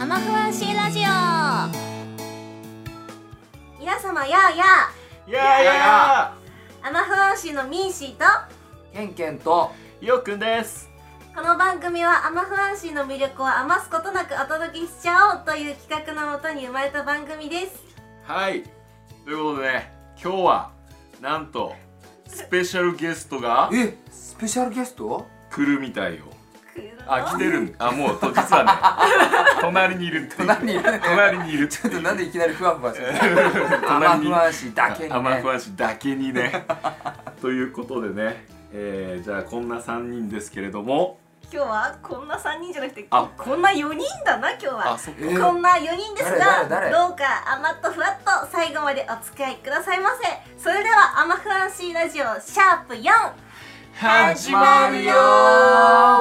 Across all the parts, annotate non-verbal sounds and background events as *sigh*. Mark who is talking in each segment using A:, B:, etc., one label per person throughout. A: MC ラジオ皆様やあやあ
B: いやいや
A: アマフアンシーのミンシーと
C: ケンケンと
B: よっくんです
A: この番組はアマフアンシーの魅力を余すことなくお届けしちゃおうという企画のもとに生まれた番組です
B: はいということでね今日はなんとスペシャルゲストが
C: えスペシャルゲス *laughs* ト
B: 来るみたいよあ来てるんあもうと実はね *laughs* 隣にいるっていう
C: 隣にいる
B: 隣にいるっていう
C: ちょっとなんでいきなりふわふわしてる
B: 隣
C: 甘
B: に
C: ふわしだけにね
B: 甘く足だけに
C: *laughs*
B: ねということでね、えー、じゃあこんな3人ですけれども
A: 今日はこんな3人じゃなくて
B: あ
A: こんな4人だな今日は
B: そっ
C: えー
A: こんな4人ですが
C: 誰誰誰
A: どうか甘っとふわっと最後までお付き合いくださいませそれでは「アマフアンシーラジオシャープ #4」
B: 始
C: まるよ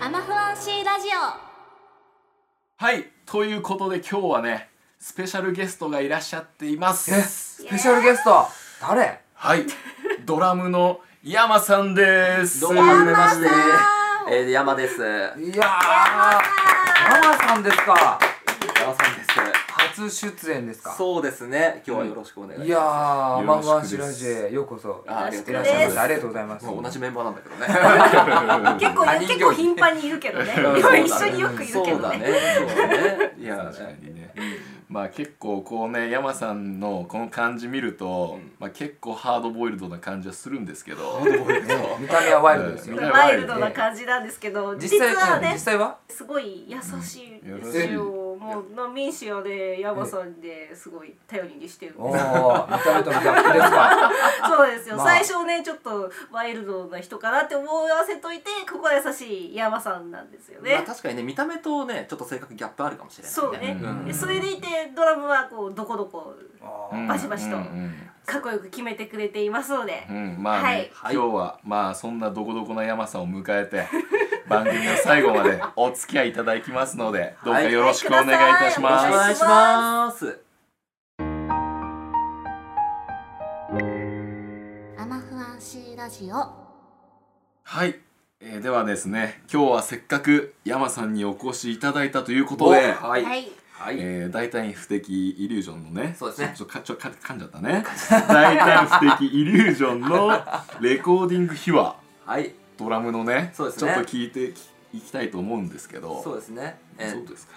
A: アマフアンシーラジオ
B: はいということで今日はねスペシャルゲストがいらっしゃっています
C: えスペシャルゲスト誰
B: はい、ドラムの山さんです。
D: どうも、はじめまして
A: 山さ。ん
D: えー、山です。山
C: いやーママさんですか
D: さんです。
C: 初出演ですか
D: そうですね。今日はよろしくお願いします。
C: いやー
B: よ
C: マ
B: ろしくです
C: フアンシラジエようこそ
D: あありがとうご
C: らっ
D: ざ
C: しゃいま
D: いますす。
C: ありがとうございます
D: もう同じメンバーなんだけどね。 *laughs*
A: 結構
C: 他人行儀
A: 結構頻繁にいるけ
C: *laughs*
A: どね
D: うん
A: *laughs* 一緒によくいるけ
D: そう
A: ど
D: だね
A: ね。
D: そうだね。いや
B: 確かにね。まあ結構こうね山さんのこの感じ見ると、
D: うん
B: まあ結構ハードボイルドな感じはするんですけど、
C: ね見た目はワイルドですよ
B: うん
A: ワイルドな感じなんですけど実
C: 実際
A: は
C: うん
A: ね
C: 実際は
A: すごい優しいん
B: 優
A: で
B: し
A: す
B: い
A: よ。もうの民主はねヤマさんですごい頼りにしてるんで
C: おー見た目とのギャップです *laughs* か
A: *laughs* そうですよ、
C: まあ
A: 最初ねちょっとワイルドな人かなって思わせといてここは優しいヤマさんなんですよね。
D: まあ確かにね、見た目とね、ちょっと性格ギャップあるかもしれない。
A: そうね、
B: うん
A: でそれでいてドラムはこうどこどこ
C: あ
B: うん
C: ー
A: バシバシと
B: うん
A: かっこよく決めてくれていますので
B: う、んうんまあね、
A: はい
B: 今日はまあそんなどこどこの山さんを迎えて番組の最後までお付き合いいただきますのでどうかよろしくお願いいたし
D: よろし
B: ま
D: く
B: す。
D: お願いします。
A: アマフアンシーラジオ
B: はい、えーではですね今日はせっかく山さんにお越しいただいたということで。
D: おはい。
A: はい
D: はい。
B: えー、大体不敵イリュージョンのね
D: そうですね
B: ちょちょかちょか噛んじゃった
D: *laughs*
B: ね大体不敵イリュージョンのレコーディング秘話
D: はい。
B: ドラムのね
D: そうです
B: ちょ
D: ね
B: っと聞いてきいきたいと思うんですけど
D: そうですね。えー
B: そうですか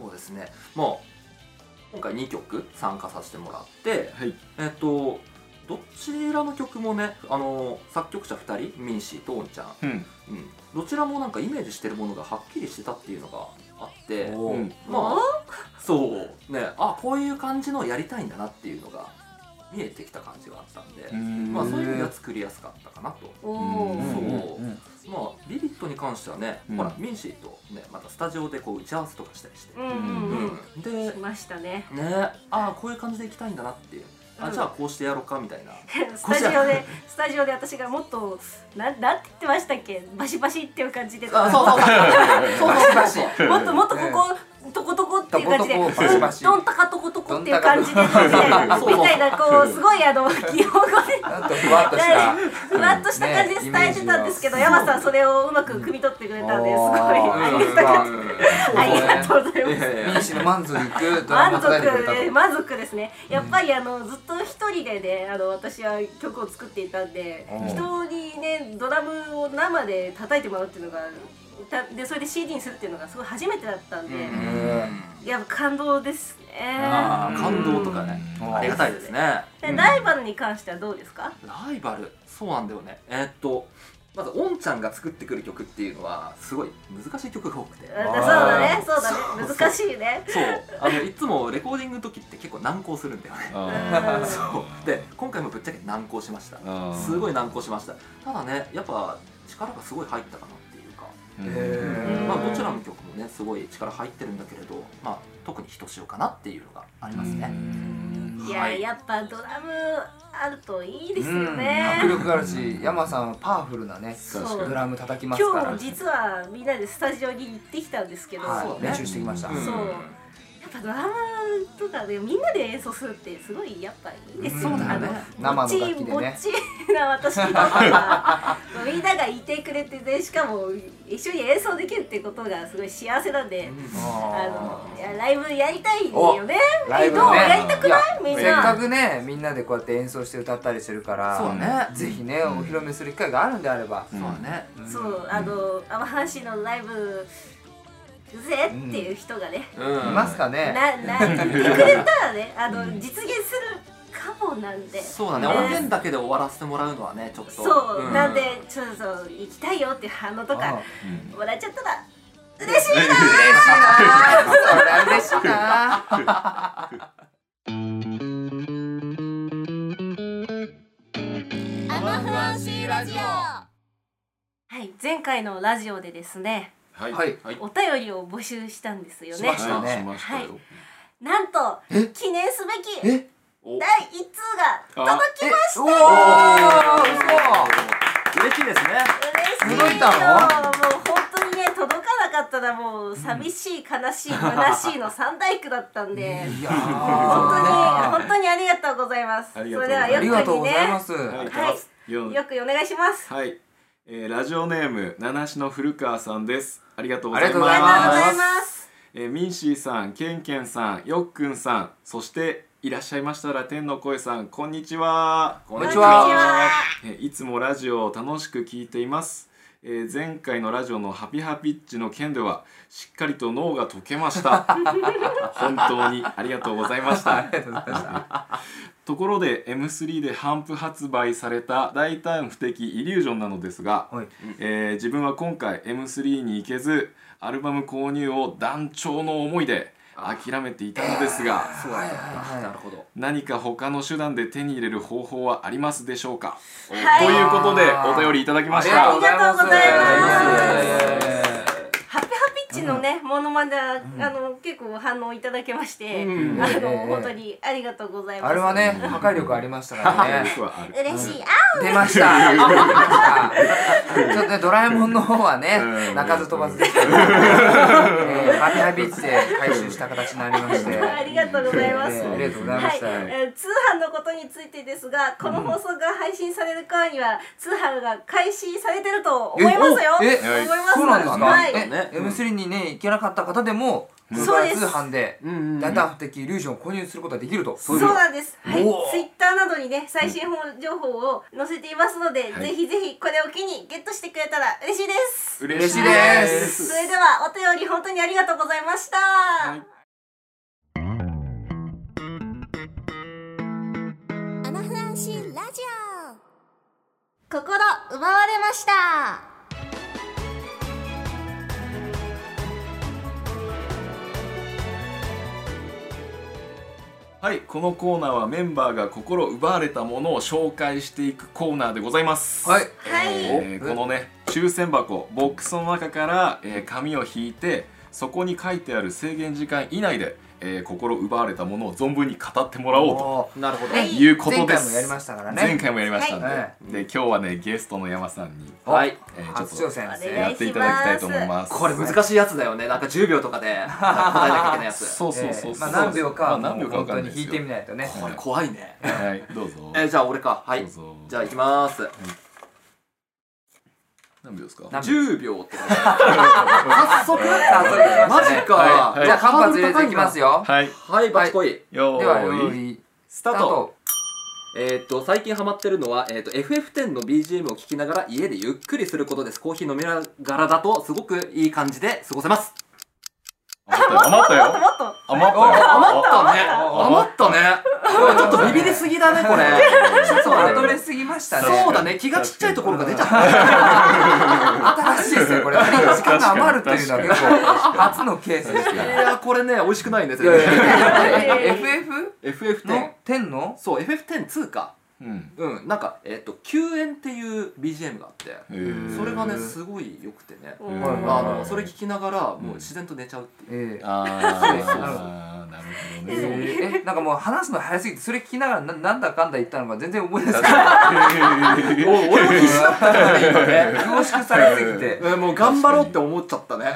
D: そうですね。もう、今回2曲参加させてもらって、
B: はい
D: えっと、どちらの曲もね、あの作曲者2人、ミンシーとオンちゃん、
B: うん
D: うん、どちらもなんかイメージしてるものがはっきりしてたっていうのがあって、
C: お
B: う
C: ー
B: ん
D: まあ、そう、ね、あこういう感じのをやりたいんだなっていうのが見えてきた感じがあったんで、
B: うん
D: まあ、そういう意味では作りやすかったかなと。
A: おお
B: う
C: うんん
D: そ
C: うんうん
D: まあ、ビビットに関してはね、
B: うん
D: ほら、ミンシーとね、またスタジオでこう打ち合わせとかしたりして
A: う、んうんうん、
D: うん、で
A: 来、ましたね
D: ねああーこういう感じでいきたいんだなっていうあ、
A: うん
D: じゃあこうしてやろうかみたいな
A: スタジオでスタジオで私がもっとなんなんて言ってましたっけバシバシっていう感じで
D: あそうそうそうそうそうそうそう
A: もっともっとここ、トコトコっていう感じで、
C: トコトコバシバシ
A: どんたかトコトコっていう感じで、みたいな、
D: そうそう
A: こう、すごいあの、擬用語で、
C: なんとふわっとした
A: ふわっとした感じで伝えてたんですけど、山さんそれをうまく汲み取ってくれたんで、すごい、ありがたかっ
C: うん
A: た。ありがとうござい *laughs* ます。
D: いやいやい
C: 民
D: や
C: 主の満足いくドラ
A: 満
C: マを叩いてくれた
A: 足で満足ですねやっぱりあのずっと一人でねあの私は曲を作っていたんで
C: うん
A: 人にねドラムを生で叩いてもらうっていうのがたでそれで CD にするっていうのがすごい初めてだったんで、
D: うん
A: やっぱ感動ですね
D: あー感動とかね
C: うん
D: ありがたいですね
A: でライバルに関してはどうですか、
D: ライバルそうなんだよねえーっとまずおんちゃんが作ってくる曲っていうのはすごい難しい曲が多くて
A: うんそうだねそうだね
D: そうそう
A: 難しいね
D: そうあのいつもレコーディングの時って結構難航するんだよね
B: あ
A: うん
D: そうで今回もぶっちゃけ難航しました
B: ー
D: すごい難航しましたただねやっぱ力がすごい入ったかなっていうか
B: うん
C: へ
D: まあ、どちらの曲もねすごい力入ってるんだけれど、まあ、特にひとしおかなっていうのがありますね。
B: うん
A: いや、
D: はい
A: やっぱドラムあるといいですよ
C: 迫
A: ね、
C: 力があるし、山さんはパワフルなね、
A: そう
C: ドラム叩きますから。
A: 今日実はみんなでスタジオに行ってきたんですけど、
C: は
A: や
C: い、練習してきました。
A: そうっぱドラムとかでみんなで演奏するってすごいやっぱいいですよ
C: うんそうだよね
A: あ
C: 生の楽器でね
A: ぼっちぼっちな私の方がみんながいてくれてでしかも一緒に演奏できるってことがすごい幸せなんで、あの
C: あ
A: いやライブやりたいよね
C: ーライブ
A: どう
C: ね
A: やりたくないみんな
C: せっかくねみんなでこうやって演奏して歌ったりしてるから
D: そうね
C: ぜひね、お披露目する機会があるんであれば、
D: そうだね
A: そう、あの、あの阪神のライブ。ぜっていう人がね、
D: うん
C: いますかね
A: な、な、言ってくれたらね、あの、実現するかもなんで。
D: そうだね
A: ね
D: 音源だけで終わらせてもらうのはねちょっと
A: そう、
D: ん
A: なんで、ちょっとそう、行きたいよっていう反応と
C: あ
A: か、
B: うん
A: もらっちゃったら。嬉しいなー。
C: あそれは嬉しいな
A: はい、前回のラジオでですね、
B: はい
C: はい
B: はい
A: お便りを募集したんですよ
C: し
A: ね
C: ま。したね
B: しましたよ
A: なんと、記念すべき
C: え
D: お
A: 第一通が届きまし
C: おお
D: 嬉しいですね
A: 嬉しいよ
C: 届いた
A: も
C: の
A: う本当にね届かなかったらもう寂しい悲
C: *laughs*
A: しい虚しいの三大苦だったんで
C: 嘘いや
A: 本当に
C: 本
A: 本当にありがとうございます
B: あ
A: それ
B: り
A: で
B: がとうご
A: は
B: ざいます
C: あり
A: よく
C: がとう
A: に
C: ご
A: ね
C: ざいます、
B: はいよ
A: よくお願いします
B: はい、えーラジオネーム七種の古川さんですありがとうござい
C: ありが
A: あ
B: ま
A: り
B: す
A: がとうご
C: ござ
A: ざ
C: い
A: い
C: ま
A: ます
B: えーミンシーさんケンケンさんよっくんさんそしていらっしゃいましたら天の声さんこんにちはこ
C: んにちは
B: えーいつもラジオを楽しく聞いています、えー前回のラジオのハピハピッチの件ではしっかりと脳が溶けました
C: *laughs*
B: 本当にありがとうございました
C: ありがとうございま
B: ところで M3 で頒布発売された大胆不敵イリュージョンなのですが、
C: はい
B: えー自分は今回 M3 に行けずアルバム購入を断腸の思いで諦めていたのですが
D: そうだね
C: はい
D: なるほど
B: 何か他の手段で手に入れる方法はありますでしょうか、
A: はい
B: ということでお便りいただきまし
C: すあ
B: た
A: りがとうございます
C: りがとうございます
A: ハピハピッチのねモノマネはあの結構反応いただけまして
D: うん
A: あ
C: え
A: の
C: え
A: 本当にありがとうございます
C: あれはね破壊力ありましたからね
B: 僕はある
A: 嬉しいあ
C: 出ました出ましたちょっとねドラえもんの方はね
B: うん
C: 鳴かず飛ばずでしたけどえーハピハピッチで回収した形になりまして
A: ありがとうございます
C: えーありがとうございま
A: はい
C: した、、
A: えー通販のことについてですが、この放送が配信される頃には、通販が開始されてると思いますよ。
C: え
B: え
A: 思います。
C: そうなんですか、
A: はい。
C: え、
D: ね
C: M3 にね行けなかった方でも、
A: ん
C: これから
A: そうです
C: 通販で
D: うんうんうん
C: 大胆不敵イリュージョンを購入することができると
A: そうなんです。はい
C: おー。
A: ツイッターなどにね、最新情報を載せていますので、
B: はい
A: ぜひぜひこれを機にゲットしてくれたら嬉しいです。
C: 嬉しいです
A: それではお便り本当にありがとうございました。
B: はい
E: アマフランシーラジオ
A: 心奪われました。
B: はい、このコーナーはメンバーが心奪われたものを紹介していくコーナーでございます。
C: はい
B: えー
C: はい
B: このね、抽選箱、ボックスの中から、えー紙を引いて、そこに書いてある制限時間以内で、えー心奪われたものを存分に語ってもらおうと
C: おー
D: なるほど
A: はい
B: いうことで
C: 前回も
B: す。
C: やりましたからね
B: 前回もやりましたんで、
C: はい
B: で今日はねゲストの山さんに、
C: お
D: はい
B: えー
C: 初
B: ちょ
C: 挑
B: っ
C: 戦
B: とやっていただきたいと思います。
D: これ難しいやつだよねなんか10秒とかでなんか答えなきゃいけないや
B: *laughs*
D: つ
B: そうそうそうそう。
C: まあ何秒かは
B: まあ
C: もう本当に引いてみ
B: い
C: ないとね
D: これ怖いね
B: ですよ。はい、どうぞ。
D: えーじゃあ俺かはい
B: どうぞ
D: じゃあ行きまーす
B: 何秒ですか。
C: 何秒
D: 10秒ってことだね早速
C: 早速来ま
D: マ
C: した
D: ジ
C: ね
D: か
B: はい
C: じゃあ間髪入れていきますよ
B: はい、
D: はいバチコイ
B: よ
C: では料
B: ーい。
C: 理
D: ス
C: ス
D: タートえーっと最近ハマってるのは、えーっと FF10 の BGM を聴きながら家でゆっくりすることですコーヒー飲みながらだとすごくいい感じで過ごせます
B: 余ったよ。
A: もっと。
B: 余ったよ。
D: 余ったね
B: 余
D: 余ったねちょっとビビりすぎだねこ
C: *laughs*
D: れちょっと
C: まと
D: ね
C: めすぎましたね
D: そうだね気がちっちゃいところが出ちゃった
C: 新しいですねこれ時間が余るっていうのは結構初のケースですよ
D: いやこれね美味しくないね
C: *laughs* いやいやいや
A: いやいや
C: FF
D: FF10
C: の天の
D: そう FF102 か
B: うん
D: うん、なんか、えっと救援っていう BGM があって
B: へー
D: それがね
C: へー
D: すごい良くてね
A: うん
B: はい
D: あのそれ聞きながらもう自然と寝ちゃうっていう、
C: ええ
B: あーなるほど
C: *laughs*
B: ね
C: ええなんかもう話すの早すぎてそれ聞きながらななんだかんだ言ったのか全然覚えてない
D: お俺も必死だったからね今ね
C: 凝縮されすぎて
D: うんもう頑張ろうって思っちゃったね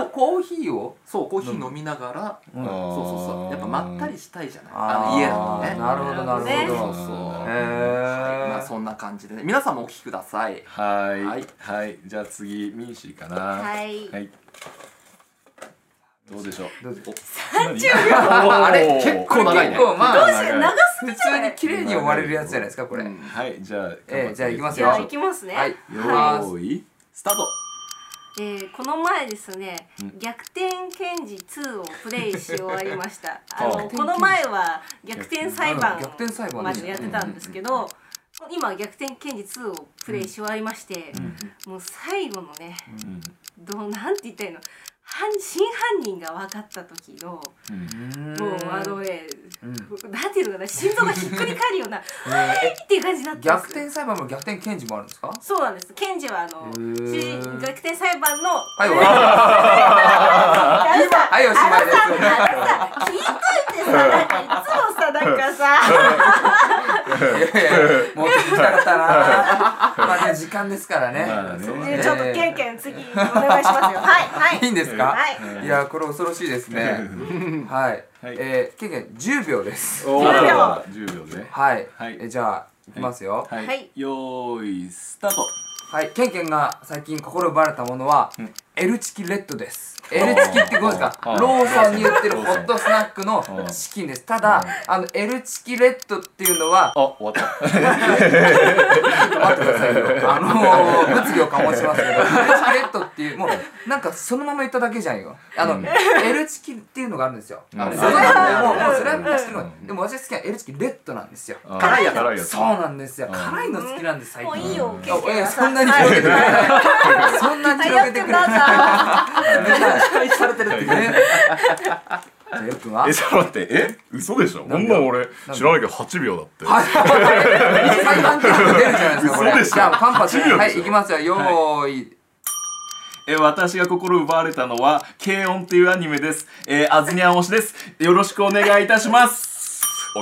C: こコーヒーを
D: そうコーヒー飲みながら、
C: うん
B: あー
D: そうそうそうやっぱまったりしたいじゃないあの家だとね
C: なるほどな
A: な
C: る
A: る
C: ほ
A: ほ
D: そ
C: ど
D: うそう、
C: へ
D: はいまあ
C: え
D: そんな感じでね皆さんもお聞きください
B: はい
D: は
B: はいい、じゃあ次ミンシーかな
A: はい
B: どうでしょう
C: どうぞ
B: 30秒
D: あれ結構長いね
C: 結構まあ
A: し長す
C: 普
A: ぎじゃ
C: 通
A: な
C: に
A: い
C: 綺麗に終われるやつじゃないですかこれ、
D: うん
B: はいじゃあ
C: ええじゃあ行きます
A: じ
C: よ
A: ゃあ行きますね、
C: はい
B: よーい
D: スタート
A: えーこの前ですね
B: う
A: 「
B: ん
A: 逆転検事2」をプレイし終わりました
C: *laughs*
A: あ
B: あ
A: のこの前は逆転裁判
C: 逆転裁判
A: までやってたんですけど今逆転検事2をプレイし終わりまして、もう最後のね
B: うん
A: どうなんて言ったらいいの犯真犯人が分かった時の
B: うん
A: もうあのね
C: うん
A: なんていうのかな心臓がひっくり返るよう
C: *laughs*
A: な「はい!」っていう感じになったん
C: 逆
A: ですよ
C: 転裁判も逆転検事もあるんですか
A: そうなんです。検事はあの
C: へー
A: 主人逆転裁判の
C: はい終わり
A: あ *laughs* のさ
C: はいおしまいです
A: あのさ聞いといてさなんかいつもさなんかさ
C: いやいやもう聞きたかった
A: *laughs*
C: なまあね時間ですからね,、
B: まあね
C: そう
A: ねちょっとケンケン次お願いしますよはいはい
C: いいんですか、
A: はい
C: い、やこれ恐ろしいで
B: *laughs*
C: すねはい、
B: はい
C: えー、ケンケン10秒です
B: おー10秒ね
C: はい、
B: はい
C: えじゃあいきますよ
B: はい、
A: はい
B: よーいスタート
C: はい、ケンケンが最近心奪われたものは、
B: うん
C: エルチキレッドですエルチキってご存知です
B: あ
C: か
B: ー
C: ローソンに売ってるホットスナックの
B: ー
C: チキンですただあのエルチキレッドっていうのは
B: あ終わった
C: 待ってくださいよ。あのー、物議を醸しますけど、エルチキレットっていう、もう、なんかそのまま言っただけじゃんよ。あの、エルチキっていうのがあるんですよ。
B: うん
C: あの
B: うん
C: それはもう、もうそれは昔の
B: う、ん
C: でも私好きなエルチキレッドなんですよ。
B: あー
D: 辛いやつ
B: 辛いやつ
C: そうなんですよ。
B: うん
C: 辛いの好きなんです、最
A: もう
C: 近。
A: いいよケン
C: あい
A: ケン
C: や
A: は
C: そ
A: さ
C: んなに広げてくれ
A: はい
C: ない。そんなに広げてくれない。
D: 期待されてるっていうね
C: ねじゃあ、よくんは
F: え、ちょっと待って、え嘘でしょこんなん俺知らなきゃ8秒だって。
C: はい裁判結果出るじゃないですか、
F: 嘘
C: これ。
F: でしょ
C: じゃあ、カンパチ。
F: 8秒
C: は
F: でしょ
C: い、いきますよ。よーい。
B: えー私が心奪われたのは「軽音」っていうアニメですえー、あずにゃん推しですよろしくお願いいたします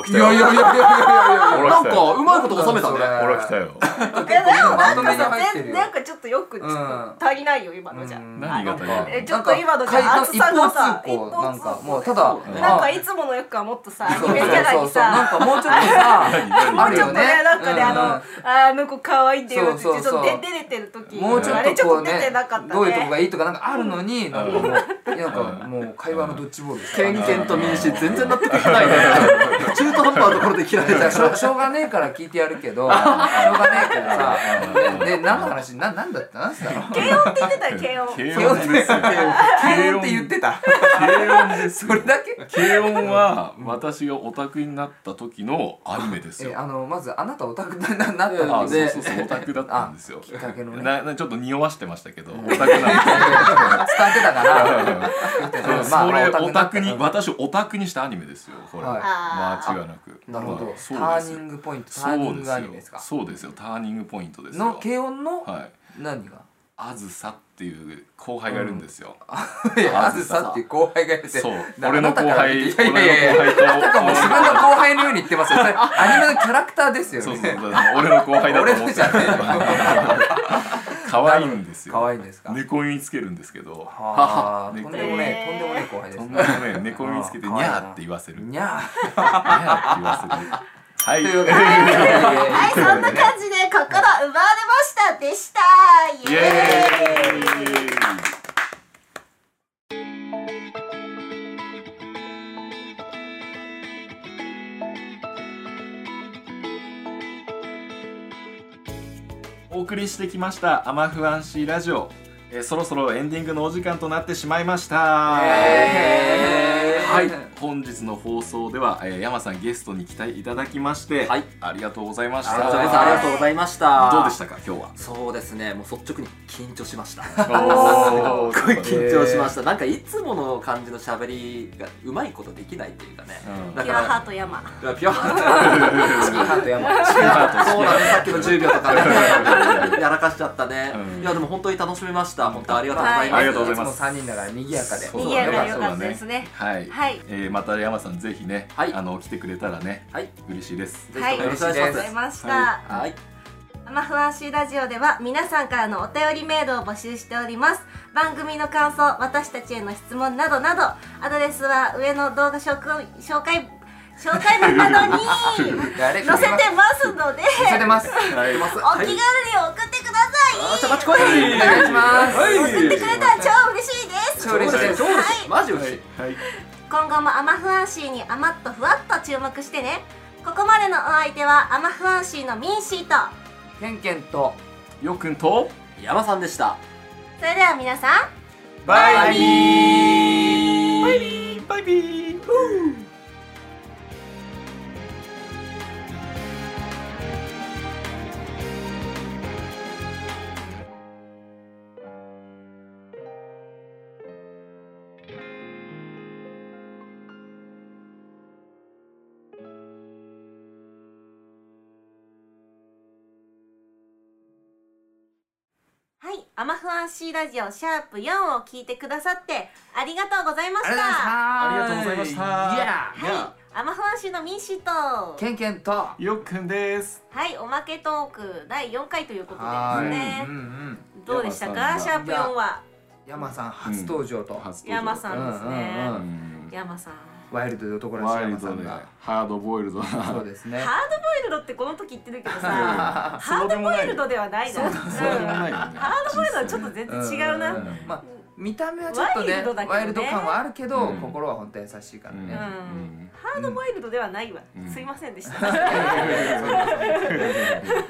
F: 起き
C: い
F: た
C: や
F: よ。
C: いやいやいやいやいやいや。
F: ほ
D: な
F: ら
D: ん
F: 来たよ。
D: かうまいこと収めた
C: なんだそれ
D: ね
F: ほら来たよ。
A: いやでもなん
C: まとめ
A: か
C: に入っ
A: さ
C: てる
A: 全
C: よ
A: なんかちょっとよくちょっと足りないよ今のじゃ
C: うん
B: *laughs* 何が足り
C: なんか
B: ない
A: えちょっと今のじゃあ
C: なんか
A: 厚さがさ
C: 一方通行なんか
A: 一方通行
C: もうただ
D: そうだね
A: なんか
C: あ
A: いつものよくはもっとさア
C: そう
A: ニメキャラ
C: そう
A: に
C: そうなん
A: さ
C: かもうちょっとさ
B: 何
A: も
C: あ
A: う
C: る
A: ちょっ
C: よ
A: と
C: ね
A: ねなんかねあのあーあの子可愛いんだよってち
C: そ
A: ょ
C: うそう
A: っ
C: そう
A: と出出れてる時
C: もうちょ
A: あ
C: っ
A: れち
C: と
A: ょ
C: こ
A: っ
C: う
A: と出て
C: ね
A: なかったね
C: どういうとこがいいとかなんかあるのになんかもう
B: うん
C: なんかもう会話のドッジボールです
D: ケンケンと民主全然納得いかないね中途半端なところで切られ
C: じ
D: ち
C: ゃ
D: ゃ
C: あ
D: う
C: しょしょうがねえから聞いてやるけどしょうがねえからさで何の話ななんだったなんすだろ
B: *laughs*
C: う
A: 軽音って言ってたよ軽音
B: 軽
C: 軽音
B: 音ですよ
C: 軽音って言ってた
B: 軽音です
C: それだけ
B: 軽音は私がオタクになった時のアニメです
C: え
B: よ
C: あのまずあなたオタクにななった
B: あ
C: の
B: そう
C: で
B: そうそうオタクだったんですよ
C: っかけのね
B: ななちょっと匂わしてましたけどオタクなん
C: 伝わって
B: *laughs*
C: たから
B: ですよそれオタクに私をオタクにしたアニメですよこれ
C: はい
B: 間
A: あー
B: 違いなく
C: なるほど、
B: まあそう
C: タ
B: で
C: ー
B: す
C: ニ
B: よ
C: ングポイントター
B: そ
C: ニン
B: うで
C: グアニメですす
B: よ
C: か
B: そうですよターニングポイントですよ
C: の軽音の
B: はい
C: 何が
B: あずさっていう後輩がいるんですよ、
C: いやあ
B: あ
C: ず
B: ずさ
C: さっていう後輩がいて
B: そう
C: な
B: 俺の後輩
C: あなたから見ていやいやい
B: 俺の
C: や
B: 後輩と
C: もう自分の後輩のように言ってますよ
B: *laughs*
C: それアニメのキャラクターですよね
B: そうそうそう俺の後輩だと
C: 俺
B: 思
C: の
B: って
C: じゃねえよ *laughs*
B: 可愛いんですよ
C: 可愛いんですか
B: 猫耳つけるんですけど
C: はあ
B: *laughs*
C: とんで
B: 猫
C: もねえとんでもねえ後輩です
B: そん
C: ね
B: なね猫耳つけて
C: あ
B: ニ
C: ー可愛いな
B: ャーって言わせるニ
C: にゃあ
B: ャーって言わせるはい
C: というわけで
A: はい、そんな感じで心奪われましたでしたイ
B: イ
A: エ
B: エ
A: ーイ
B: ーイお送りしてきました「アマフアンシーラジオ」えーそろそろエンディングのお時間となってしまいました、
C: *laughs* えー
B: はい本日の放送では、えー、山さんゲストに来ていただきまして、
D: はい
B: ありがとうございまし
D: ありがとうございます
B: た
D: ありがとうございました
B: どうでしたか
D: *laughs*
B: 今日は
D: そうですねもう率直に緊張しました
B: お *laughs*
D: すっごい緊張しましたなんかいつもの感じの喋りがうまいことできないっていうかね、
B: うん
D: だ
A: ピュ
D: か
A: アハ
D: ら
A: ート山
D: いやピュアハー
C: チキンハート山
D: トそうだねさっきの10秒とかねやらかしちゃったね、
B: うん
D: いやでも本当に楽しめました本当ありがとうございます、
A: はい
B: ありがとうござい
C: いつ
B: ま
C: も
B: す
C: 3人なら賑やかで
B: そう
A: 賑やかでよ
B: そう
A: か
B: だね
A: ったですね
B: はい、
A: はい
B: えーまた山さんぜひね、
D: はい
B: あの来てくれたらね
D: はい
B: 嬉しいです
D: ぜ
A: はい
D: ひともよろしくお願いし
A: あ
D: ま
A: りがとう
D: す
A: ございました、
B: は
D: はい
A: 生ふわしいラジオでは皆さんからのお便りメールを募集しております番組の感想私たちへの質問などなどアドレスは上の動画紹介紹介紹介文などに
C: やれ
A: 載せてますので
C: 載せてます
B: は
A: お気軽
B: い
A: に送ってくだ
D: あ
A: さ
D: ーちょっと待って
C: お願いします
D: はい
A: い、送ってくれたら超嬉しいです
C: 超嬉しいです
D: 超嬉しいマジ
B: は
D: 嬉しい
B: い、はい
A: 今後もアマフアンシーに甘っとふわっと注目してねここまでのお相手はアマフアンシーのミンシーと
C: ケンケンと
B: よっくんと
D: 山さんでした
A: それでは皆さん
B: バイビーバイビーバイビー
A: はい、アマフアンシーラジオシャープ4を聞いてくださってありがとうございました
C: あ
B: ありがとうございました
C: いや
A: はい、アマフアンシーのミンシーとは
C: ケンケンと
B: よっくんです
A: い、おまけトーク第4回ということで
C: は
A: す
C: い
A: ね
C: うんうん
A: どうでした
B: 山
A: かシ
B: さ
A: ャ
C: ん
A: ー
C: が
A: プ4は
C: 山さん初登場と
B: 初登場
A: 山さんですね、
C: うんうん
B: うん
A: 山さん
C: ワイルドで男らしい
B: ワイ
C: 山
B: ル
C: さ
B: ド
C: ん
B: で
C: が
B: ハードボイルドな
C: そうですね
A: ハードボイルドってこの時言ってるけどさ
C: あ
A: ハードボイルドではないな
B: そうでもないよね
A: ハードボイルドはちょっと全然違うな、
C: ん
A: うん
C: んんまあ見た目はちょっと
A: ワイ
C: ね
A: ルドだけどね
C: ワイルド感はあるけど
B: うん
C: 心は本当優しいからね
B: うん
A: ハードボイルドではないわ、
B: うん
A: すいませんでした、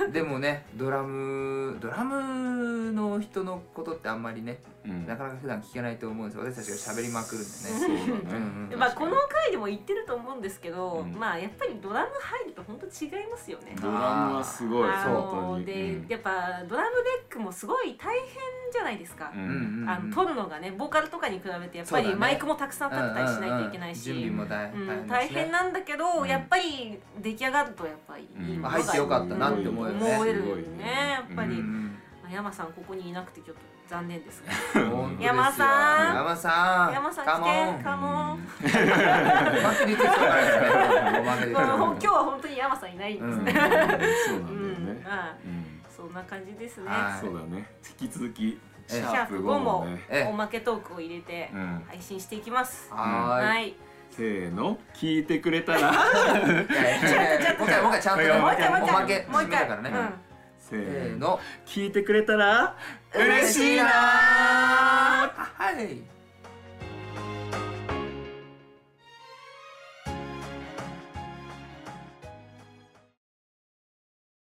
C: でもねドラムドラムの人のことってあんまりね
B: うん
C: なかなか普段聞けないと思うんですよ私たちが喋りまくるん
B: そ
C: で
B: うだ
C: ね
B: ね、
C: うんうん
A: まあこの回でも言ってると思うんですけど、
B: うん
A: まあやっぱりドラム入ると本当違いますよね
B: ドラムはすごい
A: あ
B: 本当
A: の
B: に
A: で、
B: うん
A: やっぱドラムデックもすごい大変じゃないですか、
B: うん
C: うんうんうん
A: あの撮るのがねボーカルとかに比べてやっ
C: そ
A: ぱ
C: うだ
A: り
C: ね
A: マイクもたくさん立てたりしないといけないし、
C: うんうんうん準備も大
A: うん
C: 変
A: 大変
C: な
A: なんだけど、
B: うん
A: やっぱり出来上がるとやっぱりいいものだ
C: 入ってよかったなって思うよね
A: 思えるよねやっぱり、
C: うん
A: まあ山さんここにいなくてちょっと残念ですが
C: うん本当ですよ
A: 山さん
C: 山さん
A: 山さん
C: カモ
A: 来て
C: ン
A: カモン
C: おまけできそうだねおまけでき
A: まあ
C: そ
A: ほん
C: う
A: 今日は本当に山さんいないんですね、う
B: そうなんんだよね、
A: まあ
B: うん
A: そんな感じですね、
C: はい
B: そうだね引き続きシ
C: え
B: ャープ5もね
C: ええ
A: おまけトークを入れて
B: うん
A: 配信していきます、
C: はーい
A: はい
B: せーの聞いてくれたら
C: いやいやいやもう一回もう一回ちゃんとね
A: もう一回
C: おまけ
A: もう一
C: 締めだ
A: 回
C: からね
A: うん
B: せ
C: せ
B: ー
C: ー
B: の
C: の
B: 聞いてくれたら
C: 嬉しいなーはい